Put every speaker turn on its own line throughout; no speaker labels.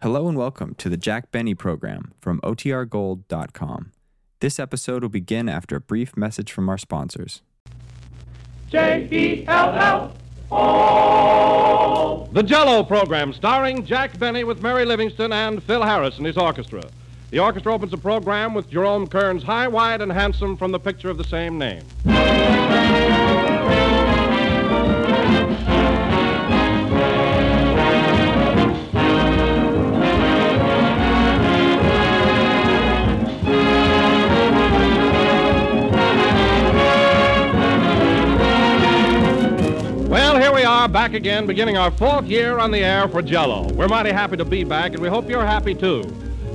Hello and welcome to the Jack Benny program from OTRGold.com. This episode will begin after a brief message from our sponsors.
J E L L O.
The Jello program, starring Jack Benny with Mary Livingston and Phil Harris and his orchestra. The orchestra opens the program with Jerome Kern's High, Wide, and Handsome from the picture of the same name. Well, here we are back again, beginning our fourth year on the air for Jello. We're mighty happy to be back, and we hope you're happy too.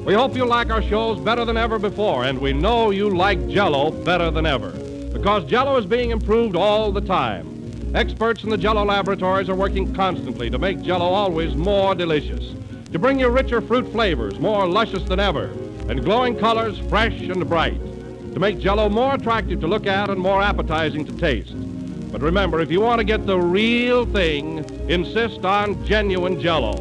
We hope you like our shows better than ever before, and we know you like Jello better than ever because Jello is being improved all the time. Experts in the Jello laboratories are working constantly to make Jello always more delicious, to bring you richer fruit flavors, more luscious than ever, and glowing colors, fresh and bright, to make Jello more attractive to look at and more appetizing to taste. But remember, if you want to get the real thing, insist on genuine Jello.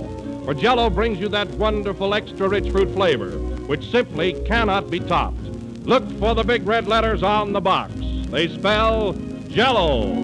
For Jello brings you that wonderful extra rich fruit flavor, which simply cannot be topped. Look for the big red letters on the box. They spell Jello.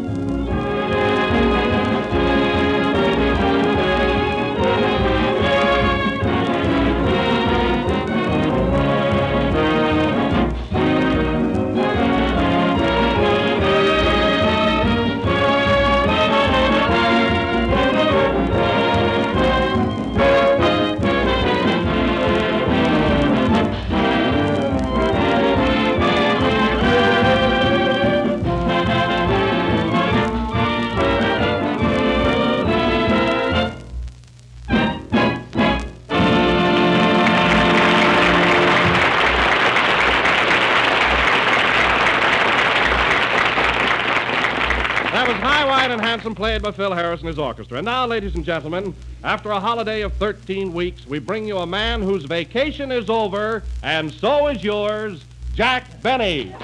That was High, Wide, and Handsome, played by Phil Harris and his orchestra. And now, ladies and gentlemen, after a holiday of 13 weeks, we bring you a man whose vacation is over, and so is yours, Jack Benny.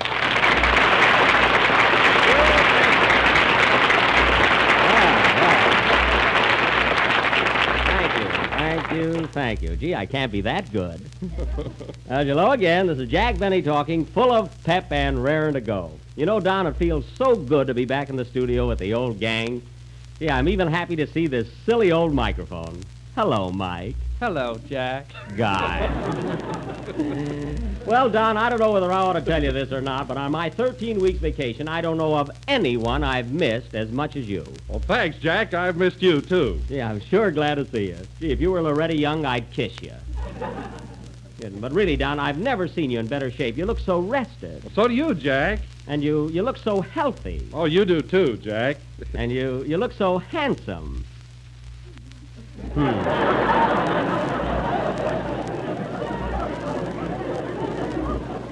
Thank you, thank you, thank you. Gee, I can't be that good. uh, hello again. This is Jack Benny talking, full of pep and raring to go. You know, Don, it feels so good to be back in the studio with the old gang. Yeah, I'm even happy to see this silly old microphone. Hello, Mike.
Hello, Jack.
God. well, Don, I don't know whether I ought to tell you this or not, but on my 13 weeks vacation, I don't know of anyone I've missed as much as you.
Well, thanks, Jack. I've missed you, too.
Yeah, I'm sure glad to see you. Gee, if you were Loretta Young, I'd kiss you. Kidding, but really, Don, I've never seen you in better shape. You look so rested,
So do you, Jack.
and you, you look so healthy,
Oh, you do, too, Jack.
and you, you look so handsome.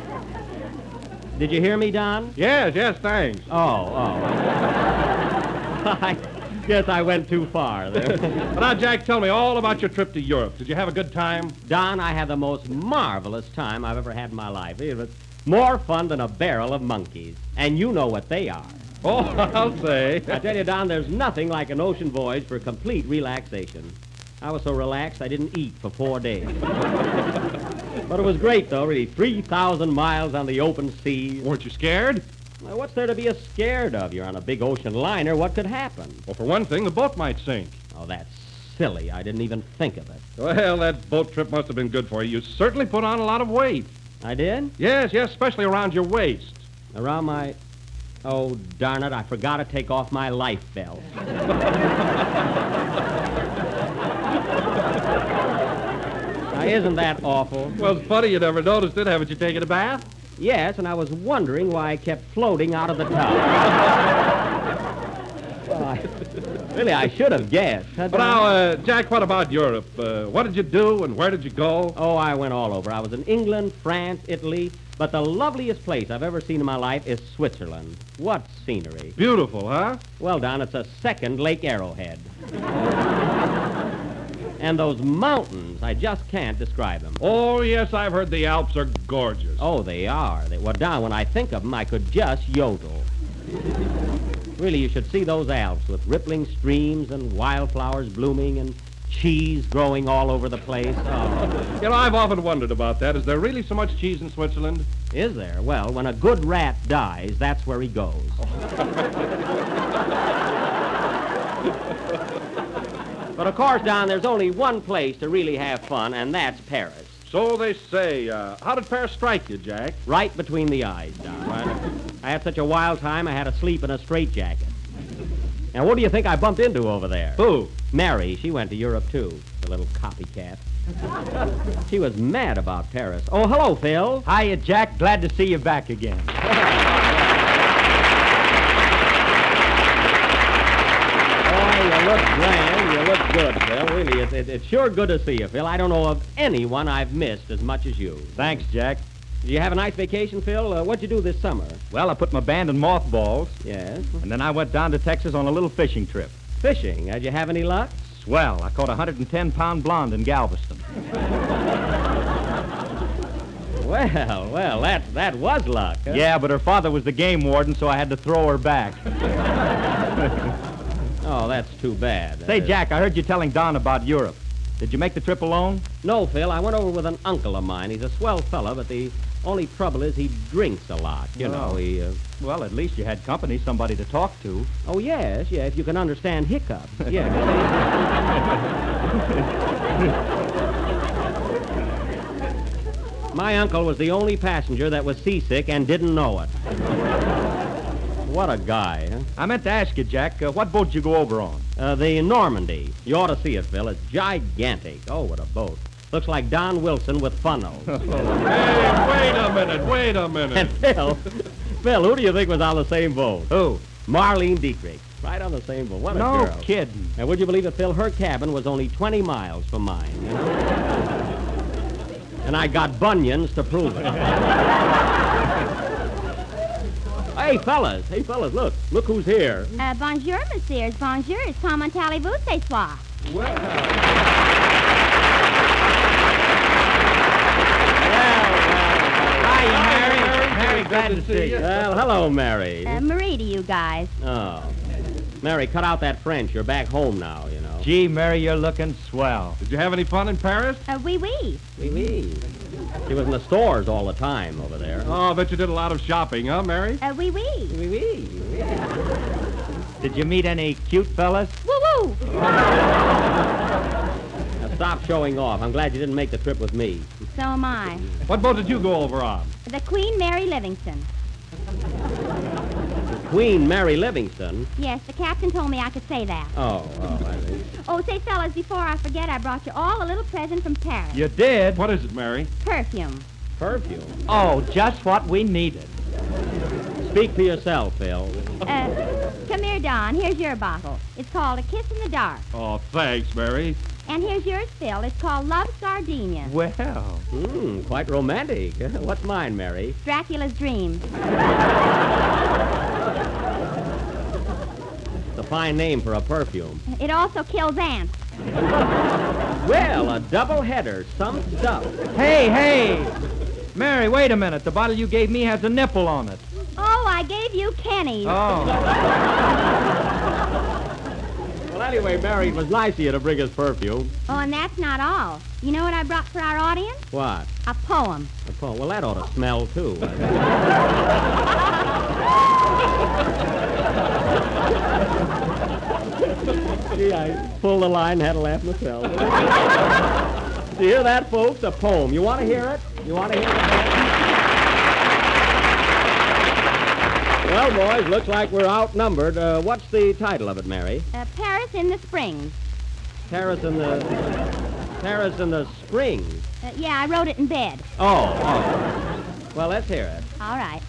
Hmm. Did you hear me, Don?
Yes, yes, thanks.
Oh, oh. I guess I went too far there.
But now, Jack, tell me all about your trip to Europe. Did you have a good time?
Don, I had the most marvelous time I've ever had in my life. It was more fun than a barrel of monkeys. And you know what they are.
Oh, I'll say.
I tell you, Don, there's nothing like an ocean voyage for complete relaxation. I was so relaxed I didn't eat for four days. but it was great, though, really. 3,000 miles on the open sea.
Weren't you scared?
Well, what's there to be scared of? You're on a big ocean liner. What could happen?
Well, for one thing, the boat might sink.
Oh, that's silly. I didn't even think of it.
Well, that boat trip must have been good for you. You certainly put on a lot of weight.
I did?
Yes, yes, especially around your waist.
Around my. Oh, darn it, I forgot to take off my life belt. now, isn't that awful?
Well, it's funny you never noticed it. Haven't you taken a bath?
Yes, and I was wondering why I kept floating out of the tub. Well, I- really, I should have guessed. huh,
But
Don?
now, uh, Jack, what about Europe? Uh, what did you do and where did you go?
Oh, I went all over. I was in England, France, Italy, but the loveliest place I've ever seen in my life is Switzerland. What scenery!
Beautiful, huh?
Well, Don, it's a second Lake Arrowhead. and those mountains, I just can't describe them.
Oh, yes, I've heard the Alps are gorgeous.
Oh, they are. They, well, Don, when I think of them, I could just yodel. really, you should see those Alps with rippling streams and wildflowers blooming and cheese growing all over the place. Oh,
You know, I've often wondered about that. Is there really so much cheese in Switzerland?
is there? Well, when a good rat dies, that's where he goes. but of course, Don, there's only one place to really have fun, and that's Paris.
So they say. Uh, how did Paris strike you, Jack?
Right between the eyes, Don. I had such a wild time, I had to sleep in a straitjacket. Now, what do you think I bumped into over there?
Who?
Mary, she went to Europe too. The little copycat. she was mad about Paris. Oh, hello, Phil.
Hiya, Jack. Glad to see you back again.
Hi, you look grand. You look good, Phil. Really, it, it, it's sure good to see you, Phil. I don't know of anyone I've missed as much as you.
Thanks, Jack.
Did you have a nice vacation, Phil? Uh, what'd you do this summer?
Well, I put my band in mothballs,
Yes.
and then I went down to Texas on a little fishing trip.
Fishing. Did you have any luck?
Swell. I caught a 110 pound blonde in Galveston.
Well, well, that, that was luck. huh?
Yeah, but her father was the game warden, so I had to throw her back.
Oh, that's too bad.
Say,
Uh,
Jack, I heard you telling Don about Europe. Did you make the trip alone?
No, Phil. I went over with an uncle of mine. He's a swell fella, but the only trouble is he drinks a lot. You know,
Oh.
he. Uh...
Well, at least you had company, somebody to talk to.
Oh yes, yeah. If you can understand hiccups, yeah. My uncle was the only passenger that was seasick and didn't know it. What a guy, huh?
I meant to ask you, Jack, uh, what boat you go over on?
Uh, the Normandy. You ought to see it, Phil. It's gigantic. Oh, what a boat. Looks like Don Wilson with funnels.
Hey, wait a minute, wait a
And
minute.
Phil, Phil, who do you think was on the same boat?
Who?
Oh,
Marlene Dietrich. Right on the same boat. What a
No
girl.
kidding.
Now, would you believe it, Phil? Her cabin was only 20 miles from mine. you know? and I got bunions to prove it. hey, fellas. Hey, fellas, look. Look who's here.
Uh, bonjour, messieurs. Bonjour. It's Tom on Tally vous ce soir.
Hi, Mary.
Mary, glad to see you.
Well, hello, Mary.
Uh, Marie to you guys.
Oh. Mary, cut out that French. You're back home now, you know.
Gee, Mary, you're looking swell.
Did you have any fun in Paris?
Uh, oui, oui.
Oui, oui. She was in the stores all the time over there.
Oh, I bet you did a lot of shopping, huh, Mary?
Uh, oui, oui.
Oui, oui.
Did you meet any cute fellas?
Woo, woo.
Now, stop showing off. I'm glad you didn't make the trip with me.
So am I.
What boat did you go over on?
The Queen Mary Livingston.
Queen Mary Livingston.
Yes, the captain told me I could say that.
Oh, oh, I see.
Oh, say, fellas, before I forget, I brought you all a little present from Paris.
You did?
What is it, Mary?
Perfume.
Perfume.
Oh, just what we needed.
Speak for yourself, Phil.
Uh, come here, Don. Here's your bottle. It's called A Kiss in the Dark.
Oh, thanks, Mary.
And here's yours, Phil. It's called Love Sardinia.
Well,
Mmm, quite romantic. What's mine, Mary?
Dracula's Dream.
It's a fine name for a perfume.
It also kills ants.
Well, a double header, some stuff.
hey, hey! Mary, wait a minute. The bottle you gave me has a nipple on it.
Oh, I gave you Kenny.
Oh.
Well, anyway, Mary, it was nice of you to bring us perfume.
Oh, and that's not all. You know what I brought for our audience?
What?
A poem.
A po- Well, that ought to smell, too. Gee, I pulled the line and had a laugh myself. you hear that, folks? A poem. You want to hear it? You want to hear it? Well, boys, looks like we're outnumbered. Uh, what's the title of it, Mary?
Uh, Paris in the Springs.
Paris in the... Paris in the Spring.
Uh, yeah, I wrote it in bed.
Oh, oh. Well, let's hear it.
All right.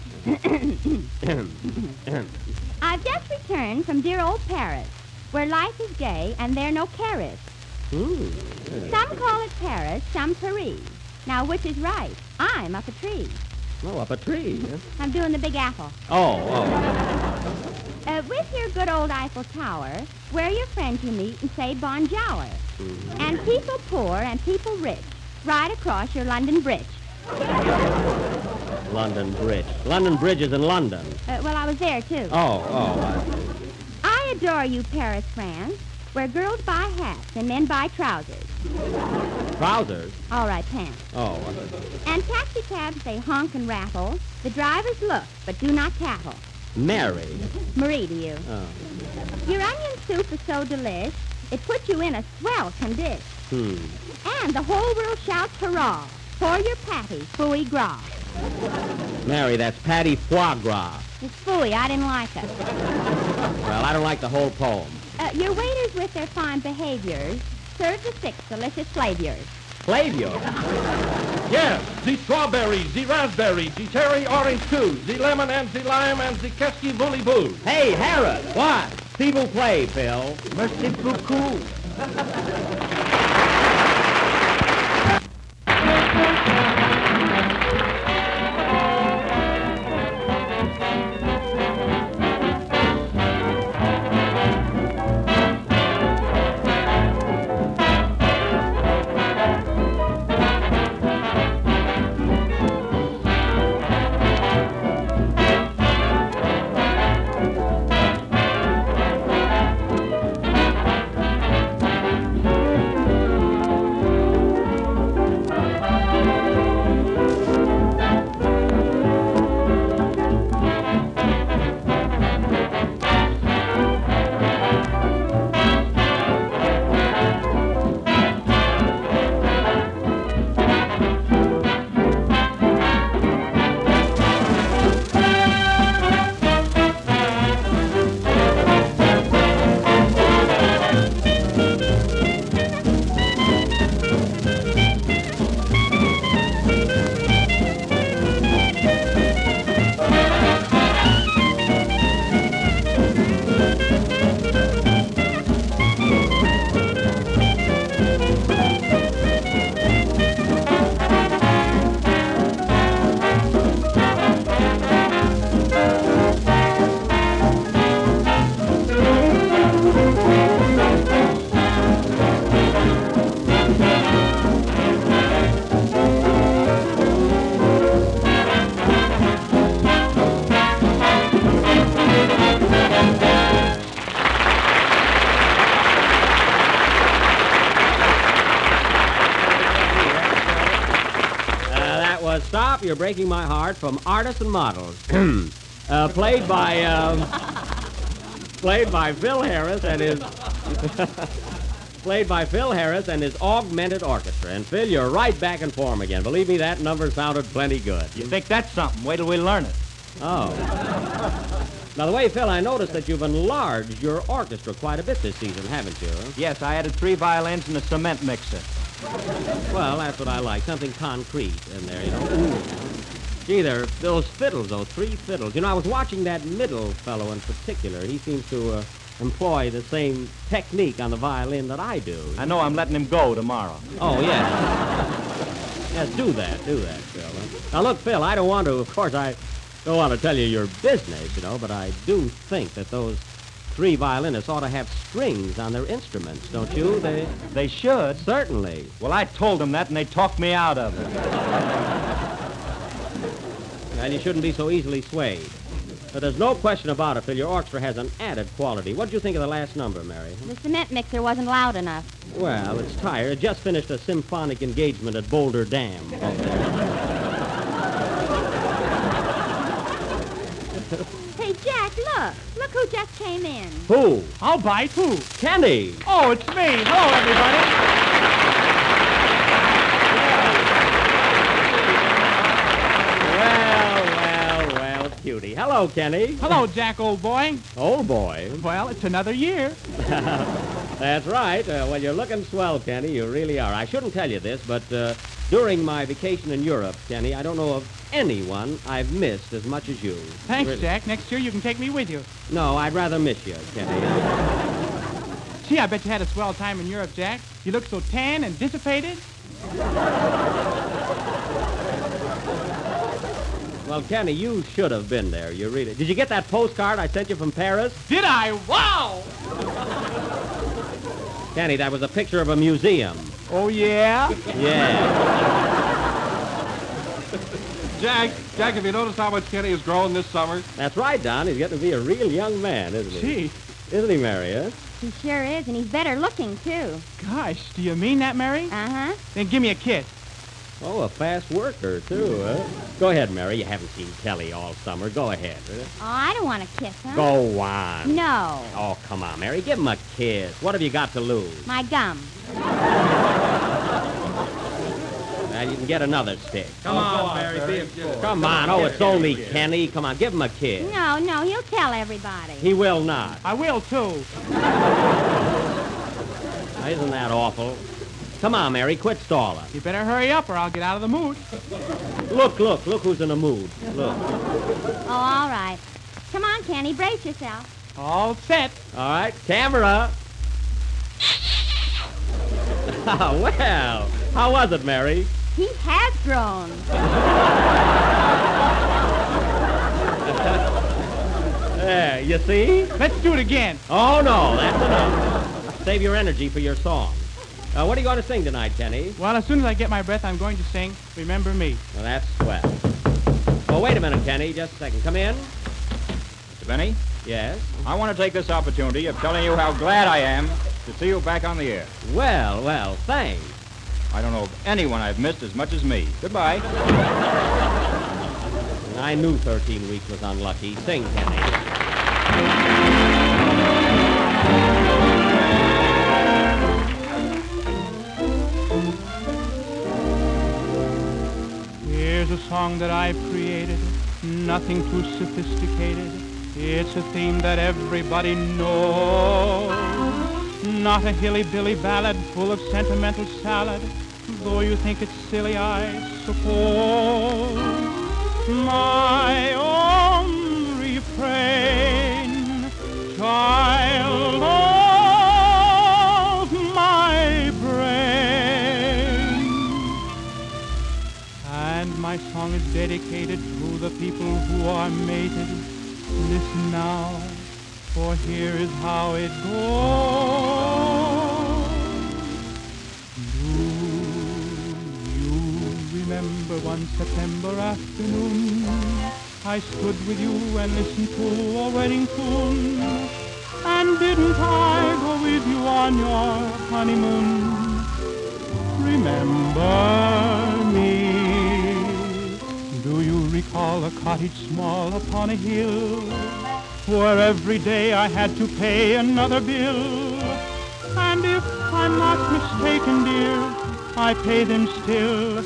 I've just returned from dear old Paris, where life is gay and there are no carrots.
Hmm.
Some call it Paris, some Paris. Now, which is right? I'm up a tree.
Oh, up a tree. huh?
I'm doing the Big Apple.
Oh,
Uh, with your good old Eiffel Tower, where your friends you meet and say bonjour. And people poor and people rich, right across your London Bridge.
oh, London Bridge. London Bridge is in London.
Uh, well, I was there, too.
Oh, oh, I-
I adore you, Paris, France. where girls buy hats and men buy trousers.
uh, Trousers?
All right, pants.
Oh,
And taxicabs, they honk and rattle. The drivers look, but do not tattle.
Mary.
Marie to you.
Oh,
Your onion soup is so delish, it puts you in a swell condition.
hmm.
And the whole world shouts hurrah for your patty, fooey gras.
Mary, that's Patty Foie Gras.
It's fooey, I didn't like it.
Well, I don't like the whole poem.
Uh, your waiters with their fine behaviors serve the six delicious flavors.
Flavio.
Yes, the strawberry, the raspberry, the cherry orange too, the lemon and the lime and the kesky bully boo.
Hey, Harris. What? People play, Phil.
Merci beaucoup.
Uh, that was Stop, You're Breaking My Heart from Artists and Models. uh, played by, um, played by Phil Harris and his, played by Phil Harris and his augmented orchestra. And Phil, you're right back in form again. Believe me, that number sounded plenty good.
You think that's something? Wait till we learn it.
Oh. By the way, Phil, I noticed that you've enlarged your orchestra quite a bit this season, haven't you?
Yes, I added three violins and a cement mixer.
Well, that's what I like. Something concrete in there, you know. Ooh. Gee, there, those fiddles, though. Three fiddles. You know, I was watching that middle fellow in particular. He seems to uh, employ the same technique on the violin that I do.
I know I'm letting him go tomorrow.
Oh, yes. yes, do that. Do that, Phil. Now, look, Phil, I don't want to, of course, I don't want to tell you your business, you know, but I do think that those three violinists ought to have strings on their instruments, don't you? They
They should.
certainly.
Well, I told them that, and they talked me out of it.
And you shouldn't be so easily swayed. But there's no question about it, Phil. Your orchestra has an added quality. What do you think of the last number, Mary?
The cement mixer wasn't loud enough.
Well, it's tired. It just finished a symphonic engagement at Boulder Dam.
Hey, Jack, look. Look who just came in.
Who?
I'll bite. Who?
Kenny.
Oh, it's me. Hello, everybody.
Well, well, well, cutie. Hello, Kenny.
Hello, Jack, old boy.
Oh, boy.
Well, it's another year.
That's right. Uh, well, you're looking swell, Kenny. You really are. I shouldn't tell you this, but uh, during my vacation in Europe, Kenny, I don't know of anyone I've missed as much as you.
Thanks,
Really.
Jack. Next year you can take me with you.
No, I'd rather miss you, Kenny.
Gee, I bet you had a swell time in Europe, Jack. You look so tan and dissipated.
Well, Kenny, you should have been there. You really did. You get that postcard I sent you from Paris,
Did I? Wow!
Kenny? That was a picture of a museum.
Oh, yeah?
Yeah.
Jack, Jack, have you noticed how much Kenny has grown this summer?
That's right, Don. He's getting to be a real young man, isn't he?
Gee,
Isn't he, Mary, huh?
He sure is, and he's better looking, too.
Gosh, do you mean that, Mary?
Uh-huh.
Then give me a kiss.
Oh, a fast worker, too, huh? Go ahead, Mary. You haven't seen Kelly all summer. Go ahead. huh?
Oh, I don't want to kiss him.
Go on.
No.
Oh, come on, Mary. Give him a kiss. What have you got to lose?
My gum.
Now, you can get another stick.
Oh, Come on, Mary.
Come on. Oh, it's only Kenny. Come on, give him a kiss.
No, no, he'll tell everybody.
He will not.
I will, too.
Now, isn't that awful? Come on, Mary. Quit stalling.
You better hurry up or I'll get out of the mood.
Look, look, look who's in a mood. Look.
Oh, all right. Come on, Kenny, brace yourself.
All set.
All right, camera. Ah, well, how was it, Mary?
He has grown.
There, you see?
Let's do it again.
Oh, no, that's enough. Save your energy for your song. Uh, what are you going to sing tonight, Kenny?
Well, as soon as I get my breath, I'm going to sing Remember Me.
Well, that's swell. Oh, wait a minute, Kenny. Just a second. Come in.
Mr. Benny,
Yes.
I want to take this opportunity of telling you how glad I am to see you back on the air.
Well, well, thanks.
I don't know of anyone I've missed as much as me. Goodbye.
I knew 13 weeks was unlucky. Sing, Kenny.
Here's a song that I've created, nothing too sophisticated. It's a theme that everybody knows. Not a hilly-billy ballad full of sentimental salad, though you think it's silly, I suppose. My own refrain, child of my brain. And my song is dedicated to the people who are mated. Listen now, for here is how it goes. Do you remember one September afternoon? I stood with you and listened to a wedding tune. And didn't I go with you on your honeymoon? remember me. Do you recall a cottage small upon a hill where every day I had to pay another bill? And if I'm not mistaken, dear, I pay them still.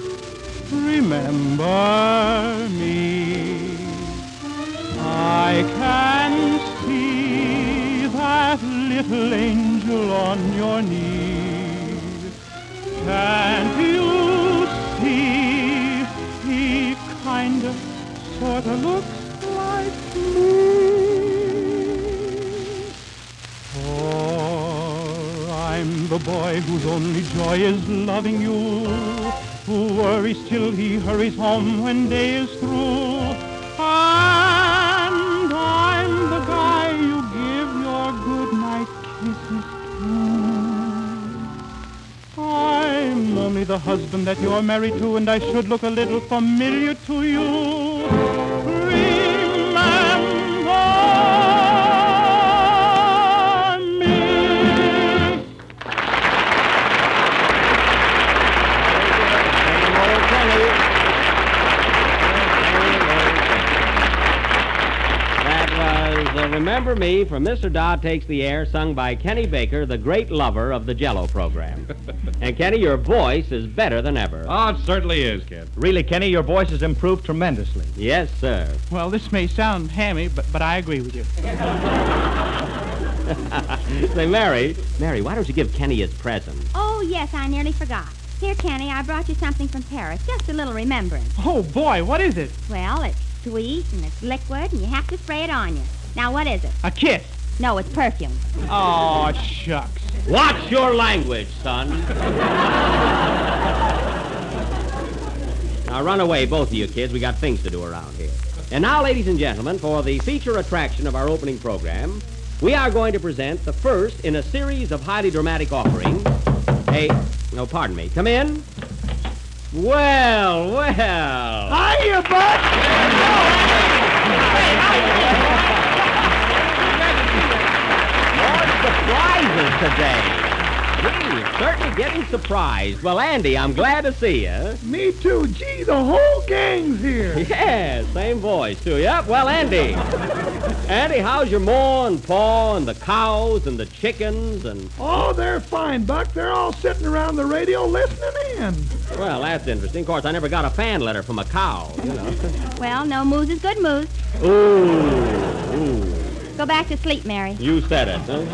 Remember me. I can see that little angel on your knee. Can't you see he kinda sorta looks like me? For I'm the boy whose only joy is loving you, who worries till he hurries home when day is through. And I'm the guy you give your goodnight kisses to. I'm only the husband that you're married to, and I should look a little familiar to you. Remember me.
Same old Kenny. That was uh, Remember Me from Mr. Dodd Takes the Air, sung by Kenny Baker, the great lover of the Jello program. and Kenny, your voice is better than ever.
Ah.
Oh, it certainly is, kid.
really, Kenny, your voice has improved tremendously.
Yes, sir.
Well, this may sound hammy, but, but I agree with you.
Say, Mary, Mary, why don't you give Kenny his present?
Oh, yes, I nearly forgot. Here, Kenny, I brought you something from Paris, just a little remembrance.
Oh, boy, what is it?
Well, it's sweet and it's liquid, and you have to spray it on you. Now, what is it?
A kiss.
No, it's perfume.
Oh, shucks.
Watch your language, son. now run away, both of you kids. We got things to do around here. And now, ladies and gentlemen, for the feature attraction of our opening program, we are going to present the first in a series of highly dramatic offerings. Hey, no, pardon me. Come in. Well, well.
Hiya, bud.
prizes today. Gee, certainly getting surprised. Well, Andy, I'm glad to see you.
Me too. Gee, the whole gang's here.
Yeah, same voice, too. Yep, well, Andy. Andy, how's your ma and pa and the cows and the chickens and...
Oh, they're fine, Buck. They're all sitting around the radio listening in.
Well, that's interesting. Of course, I never got a fan letter from a cow, you know.
Well, no moose is good moose.
Ooh, ooh.
Go back to sleep, Mary.
You said it. Huh?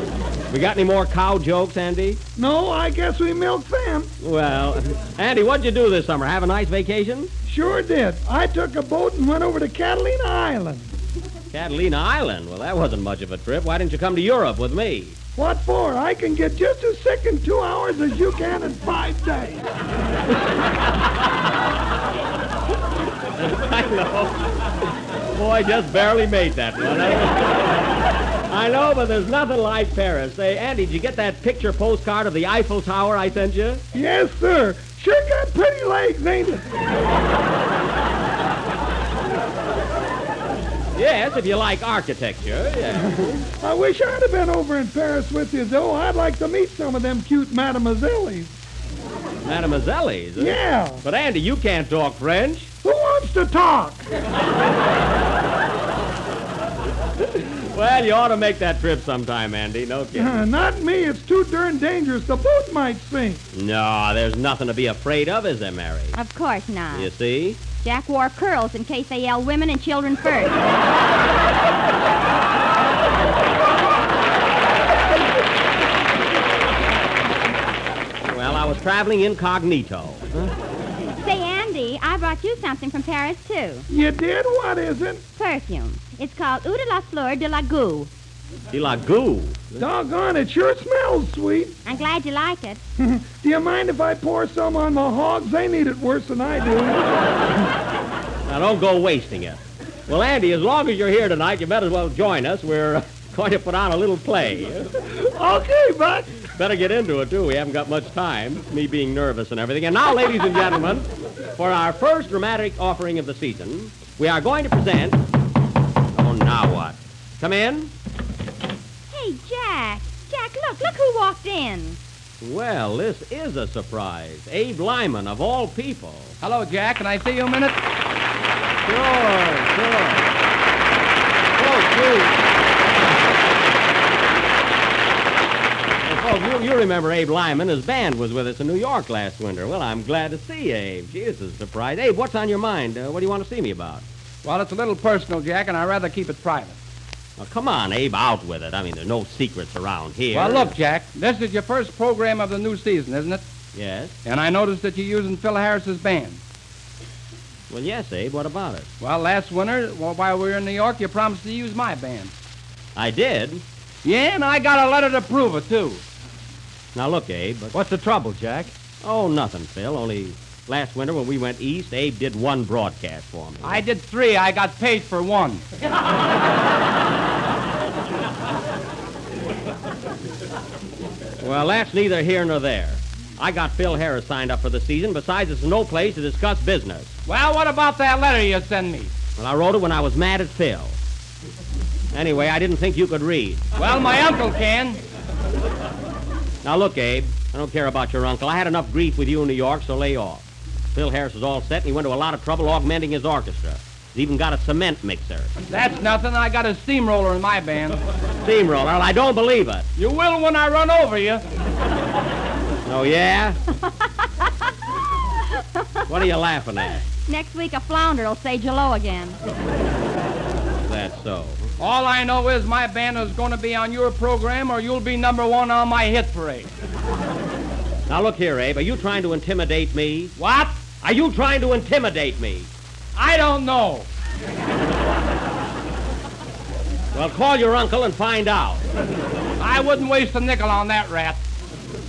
We got any more cow jokes, Andy?
No, I guess we milked them.
Well, Andy, what'd you do this summer? Have a nice vacation?
Sure did. I took a boat and went over to Catalina Island.
Catalina Island. Well, that wasn't much of a trip. Why didn't you come to Europe with me?
What for? I can get just as sick in two hours as you can in five days.
I know. Boy, just barely made that one. eh? I know, but there's nothing like Paris. Say, Andy, did you get that picture postcard of the Eiffel Tower I sent you?
Yes, sir. Sure got pretty legs, ain't it?
Yes, if you like architecture. Yeah.
I wish I'd have been over in Paris with you, though. I'd like to meet some of them cute mademoiselles.
Mademoiselle's. huh?
Yeah.
But Andy, you can't talk French.
Who wants to talk?
Well, you ought to make that trip sometime, Andy. No kidding.
Uh, not me. It's too darn dangerous. The boat might sink.
no, there's nothing to be afraid of, is there, Mary?
Of course not.
You see?
Jack wore curls in case they yell women and children first.
Well, I was traveling incognito.
Say, Andy, I brought you something from Paris, too.
You did? What is it?
Perfume. It's called Eau de la Fleur de la Goo.
De la Goo.
Doggone, it sure smells sweet.
I'm glad you like it.
Do you mind if I pour some on the hogs? They need it worse than I do.
Now, don't go wasting it. Well, Andy, as long as you're here tonight, you better well join us. We're uh, going to put on a little play.
okay, Buck.
Better get into it, too. We haven't got much time, me being nervous and everything. And now, ladies and gentlemen, for our first dramatic offering of the season, we are going to present... Oh, now what? Come in.
Hey, Jack. Jack, look, look who walked in.
Well, this is a surprise. Abe Lyman, of all people.
Hello, Jack. Can I see you a minute?
Sure, sure. Oh, gee. Well, folks, you, you remember Abe Lyman. His band was with us in New York last winter. Well, I'm glad to see you, Abe. Gee, this is a surprise. Abe, what's on your mind? Uh, what do you want to see me about?
Well, it's a little personal, Jack, and I'd rather keep it private.
Now, come on, Abe, out with it. I mean, there's no secrets around here.
Well, look, Jack, this is your first program of the new season, isn't it?
Yes?
And I noticed that you're using Phil Harris's band.
Well, yes, Abe, what about it?
Well, last winter, wh- while we were in New York, you promised to use my band.
I did.
Yeah, and I got a letter to prove it, too.
Now, look, Abe, but...
What's the trouble, Jack?
Oh, nothing, Phil. Only last winter when we went east, Abe did one broadcast for me.
I did three. I got paid for one.
Well, that's neither here nor there. I got Phil Harris signed up for the season. Besides, it's no place to discuss business.
Well, what about that letter you sent me?
Well, I wrote it when I was mad at Phil. Anyway, I didn't think you could read.
Well, my uncle can.
Now, look, Abe, I don't care about your uncle. I had enough grief with you in New York, so lay off. Phil Harris is all set, and he went to a lot of trouble augmenting his orchestra. He's even got a cement mixer.
That's nothing. I got a steamroller in my band.
Steamroller, well, I don't believe it.
You will when I run over you.
Oh, yeah? what are you laughing at?
Next week, a flounder will say Jello again.
That's so.
All I know is my band is going to be on your program, or you'll be number one on my hit parade.
Now, look here, Abe, are you trying to intimidate me?
What?
Are you trying to intimidate me?
I don't know.
Well, call your uncle and find out.
I wouldn't waste a nickel on that rat.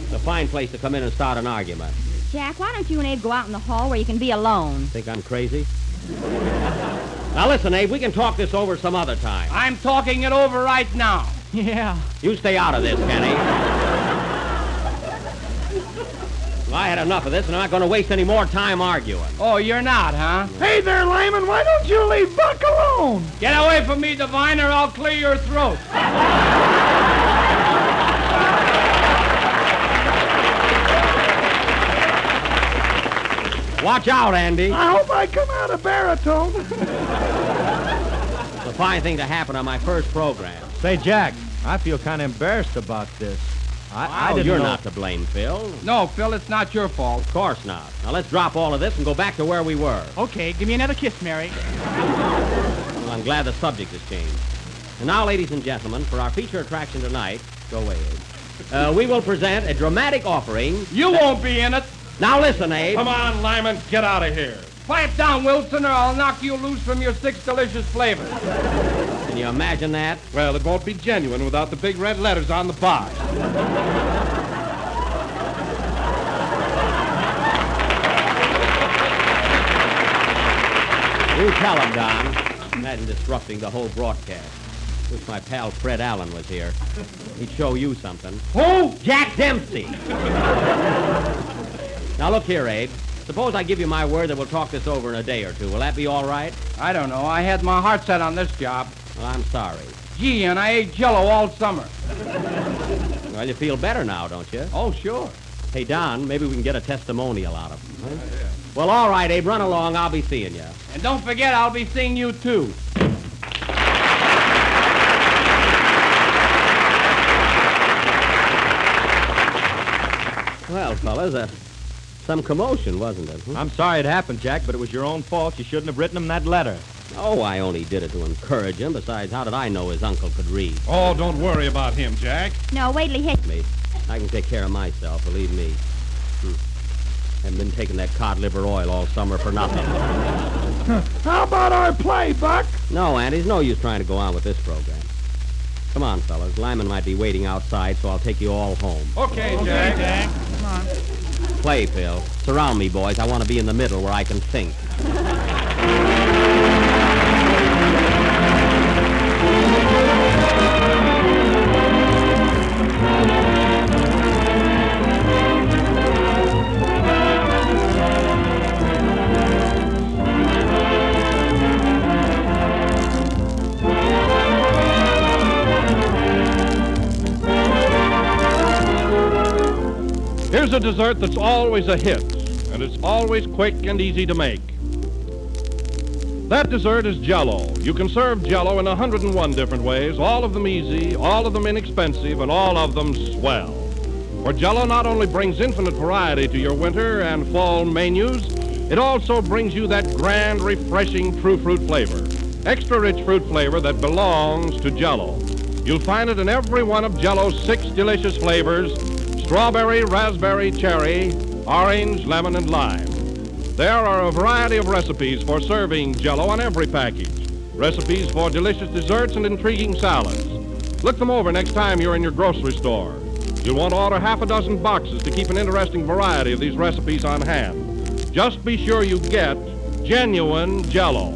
It's a fine place to come in and start an argument.
Jack, why don't you and Abe go out in the hall where you can be alone?
Think I'm crazy? now, listen, Abe, we can talk this over some other time.
I'm talking it over right now.
Yeah.
You stay out of this, Kenny. Well, I had enough of this, and I'm not going to waste any more time arguing.
Oh, you're not, huh?
Hey there, Lyman. Why don't you leave Buck alone?
Get away from me, Divine, or I'll clear your throat.
Watch out, Andy.
I hope I come out a baritone.
It's a fine thing to happen on my first program.
Say, Jack, I feel kind of embarrassed about this. I, I
Oh,
didn't
you're
know.
not to blame, Phil.
No, Phil, it's not your fault.
Of course not. Now let's drop all of this and go back to where we were.
Okay, give me another kiss, Mary.
Well, I'm glad the subject has changed. And now, ladies and gentlemen, for our feature attraction tonight, go away, Abe. Uh, we will present a dramatic offering.
You won't be in it.
Now listen, Abe.
Come on, Lyman, get out of here.
Pipe down, Wilson, or I'll knock you loose from your six delicious flavors.
Can you imagine that?
Well, it won't be genuine without the big red letters on the box.
You tell him, Don. Imagine disrupting the whole broadcast. Wish my pal Fred Allen was here. He'd show you something.
Who?
Jack Dempsey! now look here, Abe. Suppose I give you my word that we'll talk this over in a day or two. Will that be all right?
I don't know. I had my heart set on this job.
Well, I'm sorry.
Gee, and I ate jello all summer.
Well, you feel better now, don't you?
Oh, sure.
Hey, Don, maybe we can get a testimonial out of him. huh? Well, all right, Abe. Run along. I'll be seeing you.
And don't forget, I'll be seeing you too.
Well, fellas, uh, some commotion, wasn't it?
I'm sorry it happened, Jack, but it was your own fault. You shouldn't have written him that letter.
Oh, I only did it to encourage him. Besides, how did I know his uncle could read?
Oh, don't worry about him, Jack.
No, wait till he hits
me. I can take care of myself, believe me. Hmm. Haven't been taking that cod liver oil all summer for nothing.
How about our play, Buck?
no, Andy, it's no use trying to go on with this program. Come on, fellas. Lyman might be waiting outside, so I'll take you all home.
Okay, Jack.
Play, Phil. Surround me, boys. I want to be in the middle where I can think.
Here's a dessert that's always a hit, and it's always quick and easy to make. That dessert is Jello. You can serve Jello in 101 different ways, all of them easy, all of them inexpensive, and all of them swell. For Jello not only brings infinite variety to your winter and fall menus, it also brings you that grand, refreshing true fruit flavor, extra rich fruit flavor that belongs to Jello. You'll find it in every one of Jello's six delicious flavors: strawberry, raspberry, cherry, orange, lemon, and lime. There are a variety of recipes for serving jello on every package. Recipes for delicious desserts and intriguing salads. Look them over next time you're in your grocery store. You'll want to order half a dozen boxes to keep an interesting variety of these recipes on hand. Just be sure you get genuine jello.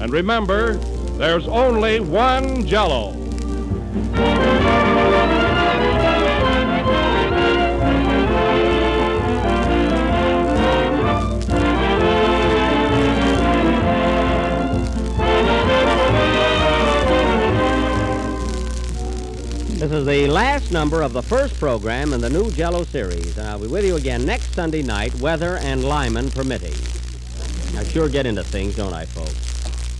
And remember, there's only one jello.
This is the last number of the first program in the new Jello series, and I'll be with you again next Sunday night, weather and Lyman permitting. I sure get into things, don't I, folks?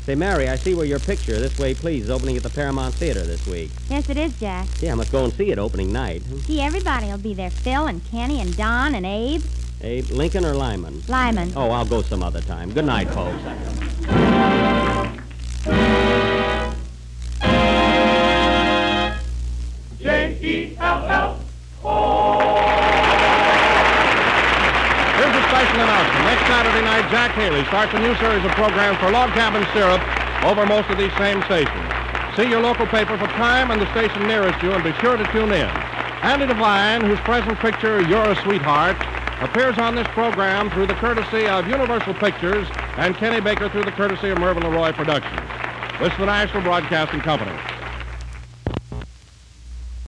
Say, Mary, I see where your picture, This Way Please, is opening at the Paramount Theater this week.
Yes, it is, Jack.
Yeah, I must go and see it opening night.
Gee, everybody will be there. Phil and Kenny and Don and Abe.
Hey, Eh, Lincoln or Lyman?
Lyman.
Oh, I'll go some other time. Good night, folks.
Here's a special announcement. Next Saturday night, Jack Haley starts a new series of programs for Log Cabin Syrup over most of these same stations. See your local paper for time and the station nearest you, and be sure to tune in. Andy Devine, whose present picture, You're a Sweetheart, appears on this program through the courtesy of Universal Pictures and Kenny Baker through the courtesy of Mervyn LeRoy Productions. This is the National Broadcasting Company.